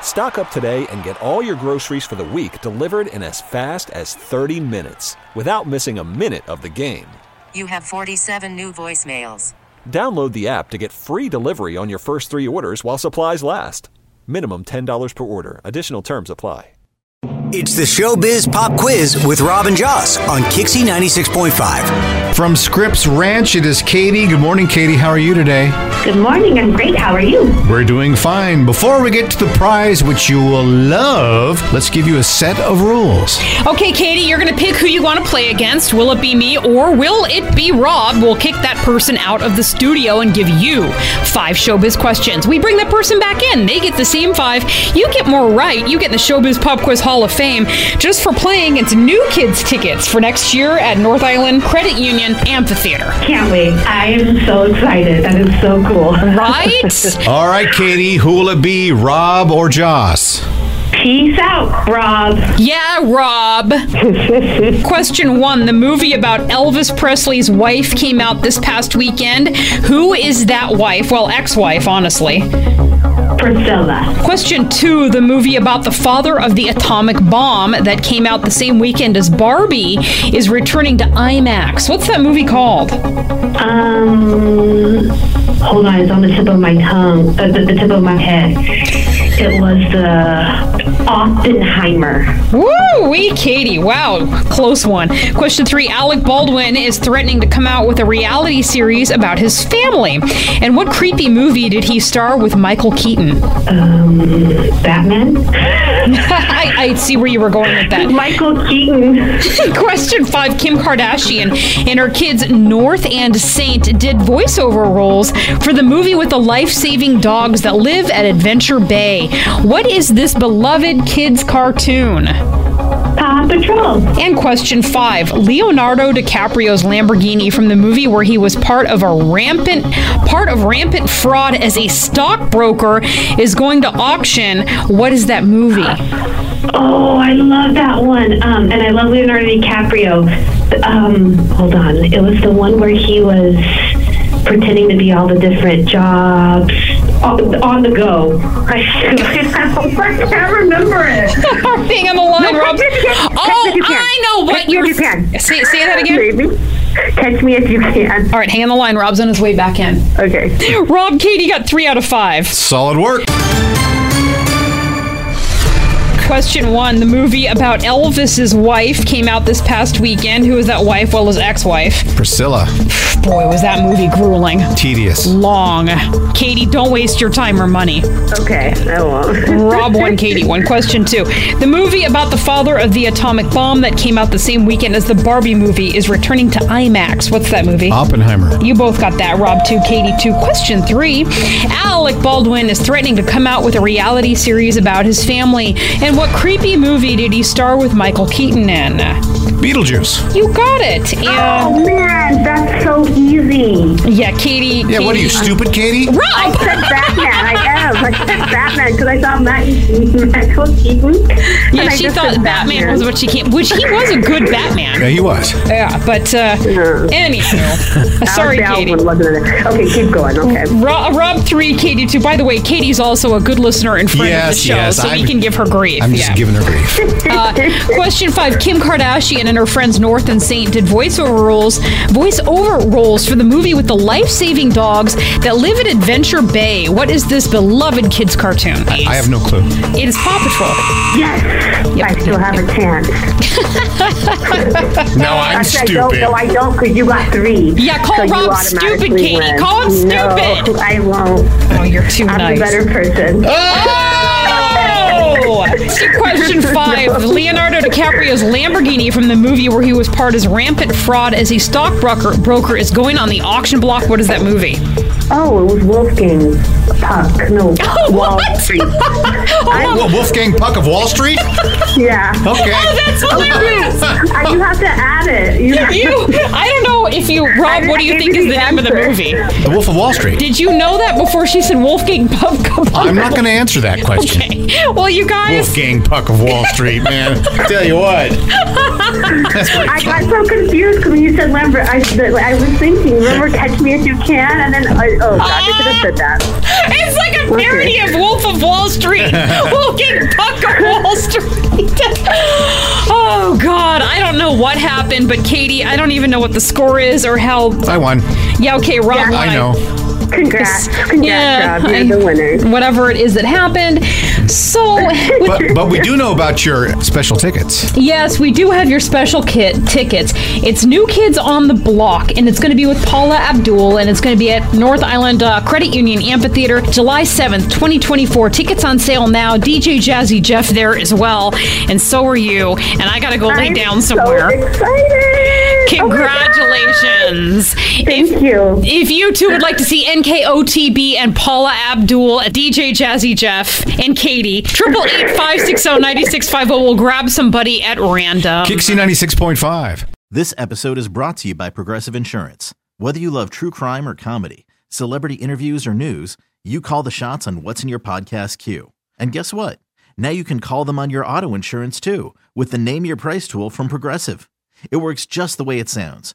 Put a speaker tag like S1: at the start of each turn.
S1: Stock up today and get all your groceries for the week delivered in as fast as 30 minutes without missing a minute of the game.
S2: You have 47 new voicemails.
S1: Download the app to get free delivery on your first three orders while supplies last. Minimum $10 per order. Additional terms apply.
S3: It's the Showbiz Pop Quiz with Robin Joss on Kixie 96.5.
S4: From Scripps Ranch, it is Katie. Good morning, Katie. How are you today?
S5: Good morning. I'm great. How are you?
S4: We're doing fine. Before we get to the prize, which you will love, let's give you a set of rules.
S6: Okay, Katie, you're going to pick who you want to play against. Will it be me or will it be Rob? We'll kick that person out of the studio and give you five showbiz questions. We bring that person back in. They get the same five. You get more right. You get in the Showbiz Pop Quiz Hall of Fame just for playing. It's new kids tickets for next year at North Island Credit Union Amphitheater.
S5: Can't wait. I am so excited. That is so cool.
S6: Right?
S4: All right, Katie, who will it be, Rob or Joss?
S5: Peace out, Rob.
S6: Yeah, Rob. Question one The movie about Elvis Presley's wife came out this past weekend. Who is that wife? Well, ex wife, honestly.
S5: Priscilla.
S6: Question two The movie about the father of the atomic bomb that came out the same weekend as Barbie is returning to IMAX. What's that movie called?
S5: Um, hold on. It's on the tip of my tongue, uh, the, the tip of my head. It was the Oppenheimer.
S6: Woo wee, Katie. Wow, close one. Question three Alec Baldwin is threatening to come out with a reality series about his family. And what creepy movie did he star with Michael Keaton?
S5: Um, Batman.
S6: I, I see where you were going with that.
S5: Michael Keaton.
S6: Question five Kim Kardashian and her kids North and Saint did voiceover roles for the movie with the life saving dogs that live at Adventure Bay. What is this beloved kids' cartoon?
S5: Paw Patrol.
S6: And question five Leonardo DiCaprio's Lamborghini from the movie where he was part of a rampant part of rampant fraud as a stockbroker is going to auction. What is that movie?
S5: Oh, I love that one. Um, and I love Leonardo DiCaprio. Um, hold on. It was the one where he was pretending to be all the different jobs on, on the go. I, can't remember it.
S6: Being on the line,
S5: No,
S6: Rob.
S5: Catch Me If You Can. Catch Me If
S6: Oh,
S5: You Can.
S6: I know what
S5: Catch Me
S6: you're.
S5: If You Can.
S6: Say, say that again.
S5: Baby, catch me if you can.
S6: All right, hang on the line. Rob's on his way back in.
S5: Okay.
S6: Rob Katie got three out of five.
S4: Solid work.
S6: Question one The movie about Elvis's wife came out this past weekend. Who was that wife? Well, his ex wife.
S4: Priscilla,
S6: Boy, was that movie grueling.
S4: tedious.
S6: Long. Katie, don't waste your time or money.
S5: Okay. I won't.
S6: Rob one, Katie one. Question two. The movie about the father of the atomic bomb that came out the same weekend as the Barbie movie is returning to IMAX. What's that movie?
S4: Uh. Oppenheimer,
S6: You both got that, Rob 2, Katie 2. Question 3 Alec Baldwin is threatening to come out with a reality series about his family. And what creepy movie did he star with Michael Keaton in?
S4: Beetlejuice.
S6: You got it. And
S5: Oh man, that's so easy.
S6: yeah, Katie.
S4: Yeah, what are you,
S6: Katie-
S4: stupid, Katie?
S5: I
S6: Rob!
S5: said Batman. I am. I said Batman because I thought Matt Michael Keaton.
S6: Yeah, she thought Batman, was what she came, which he was a good
S4: Yeah,
S6: Batman.
S4: he was.
S6: Yeah, but uh, anywho, sorry, Katie. Mm-hmm.
S5: Okay, keep going. Okay.
S6: Rob, Rob three, Katie two. By the way, Katie's also a good listener and friend of
S4: Yes,
S6: the show,
S4: yes,
S6: so we
S4: I'm-
S6: can give her grief.
S4: I'm just
S6: yeah.
S4: giving her grief.
S6: Question five: Kim Kardashian and her friends North and Saint did voiceover roles, voiceover roles for the movie with the life-saving dogs that live at Adventure Bay. What is this beloved kids cartoon?
S4: I have have no clue.
S6: It is Paw Patrol.
S5: Yes,
S6: Yep,
S5: I still
S6: yep,
S5: have a chance.
S4: No, I'm
S5: I said don't. No, I don't, because you got three.
S6: Yeah, call
S5: so you
S6: Rob stupid,
S5: automatically
S6: Katie.
S5: win.
S6: Call him
S5: no,
S6: stupid.
S5: I won't.
S6: Oh, you're too
S5: I'm
S6: nice.
S5: a better person.
S6: Oh! See question five. Leonardo DiCaprio's Lamborghini from the movie where he was part as rampant fraud as a stockbroker broker is going on the auction block. What is that movie?
S5: Oh, it was Wolfgang Puck. No, Wall
S6: What?
S5: Street.
S6: oh,
S4: Well, Wolfgang Puck of Wall Street?
S5: Yeah.
S4: Okay.
S6: that's hilarious.
S5: Uh, you have to add it. You have
S6: You, I don't know if you, Rob. What do you think is the name of the movie?
S4: The Wolf of Wall Street.
S6: Did you know that before she said Wolfgang Puck?
S4: I'm not going to answer that question.
S6: Okay. Well, you guys.
S4: Wolfgang Puck of Wall Street, man. Tell you what.
S5: I got so confused because when you said Lambert, I, I was thinking, remember, catch me if you can, and then, I, oh, God, I should have said
S6: Ah.
S5: that.
S6: It's like a parody of Wolf of Wall Street. Wolfgang Puck of Wall Street. oh God, I don't know what happened, but Katie, I don't even know what the score is or how.
S4: I won.
S6: Yeah, okay, Rob. won.
S4: I know.
S5: Congrats. Congrats,
S6: Yeah,
S5: Rob. You're
S6: I-
S5: the winner.
S6: Whatever it is that happened. So, with
S4: But, but we do know about your special tickets.
S6: Yes, we do have your special kit tickets. It's New Kids on the Block, and it's going to be with Paula Abdul, and it's going to be at North Island uh, Credit Union Amphitheater, July 7th, 2024. Tickets on sale now. DJ Jazzy Jeff there as well, and so are you. And I got to go lay
S5: I'm
S6: down somewhere.
S5: So excited. Oh my God.
S6: Congratulations. If-
S5: Thank you.
S6: if you too would like to see NKOTB and Paula Abdul, DJ Jazzy Jeff, and Katie, 888 560 9650 will grab somebody at random.
S4: Kixie 96.5.
S7: This episode is brought to you by Progressive Insurance. Whether you love true crime or comedy, celebrity interviews or news, you call the shots on what's in your podcast queue. And guess what? Now you can call them on your auto insurance too with the Name Your Price tool from Progressive. It works just the way it sounds.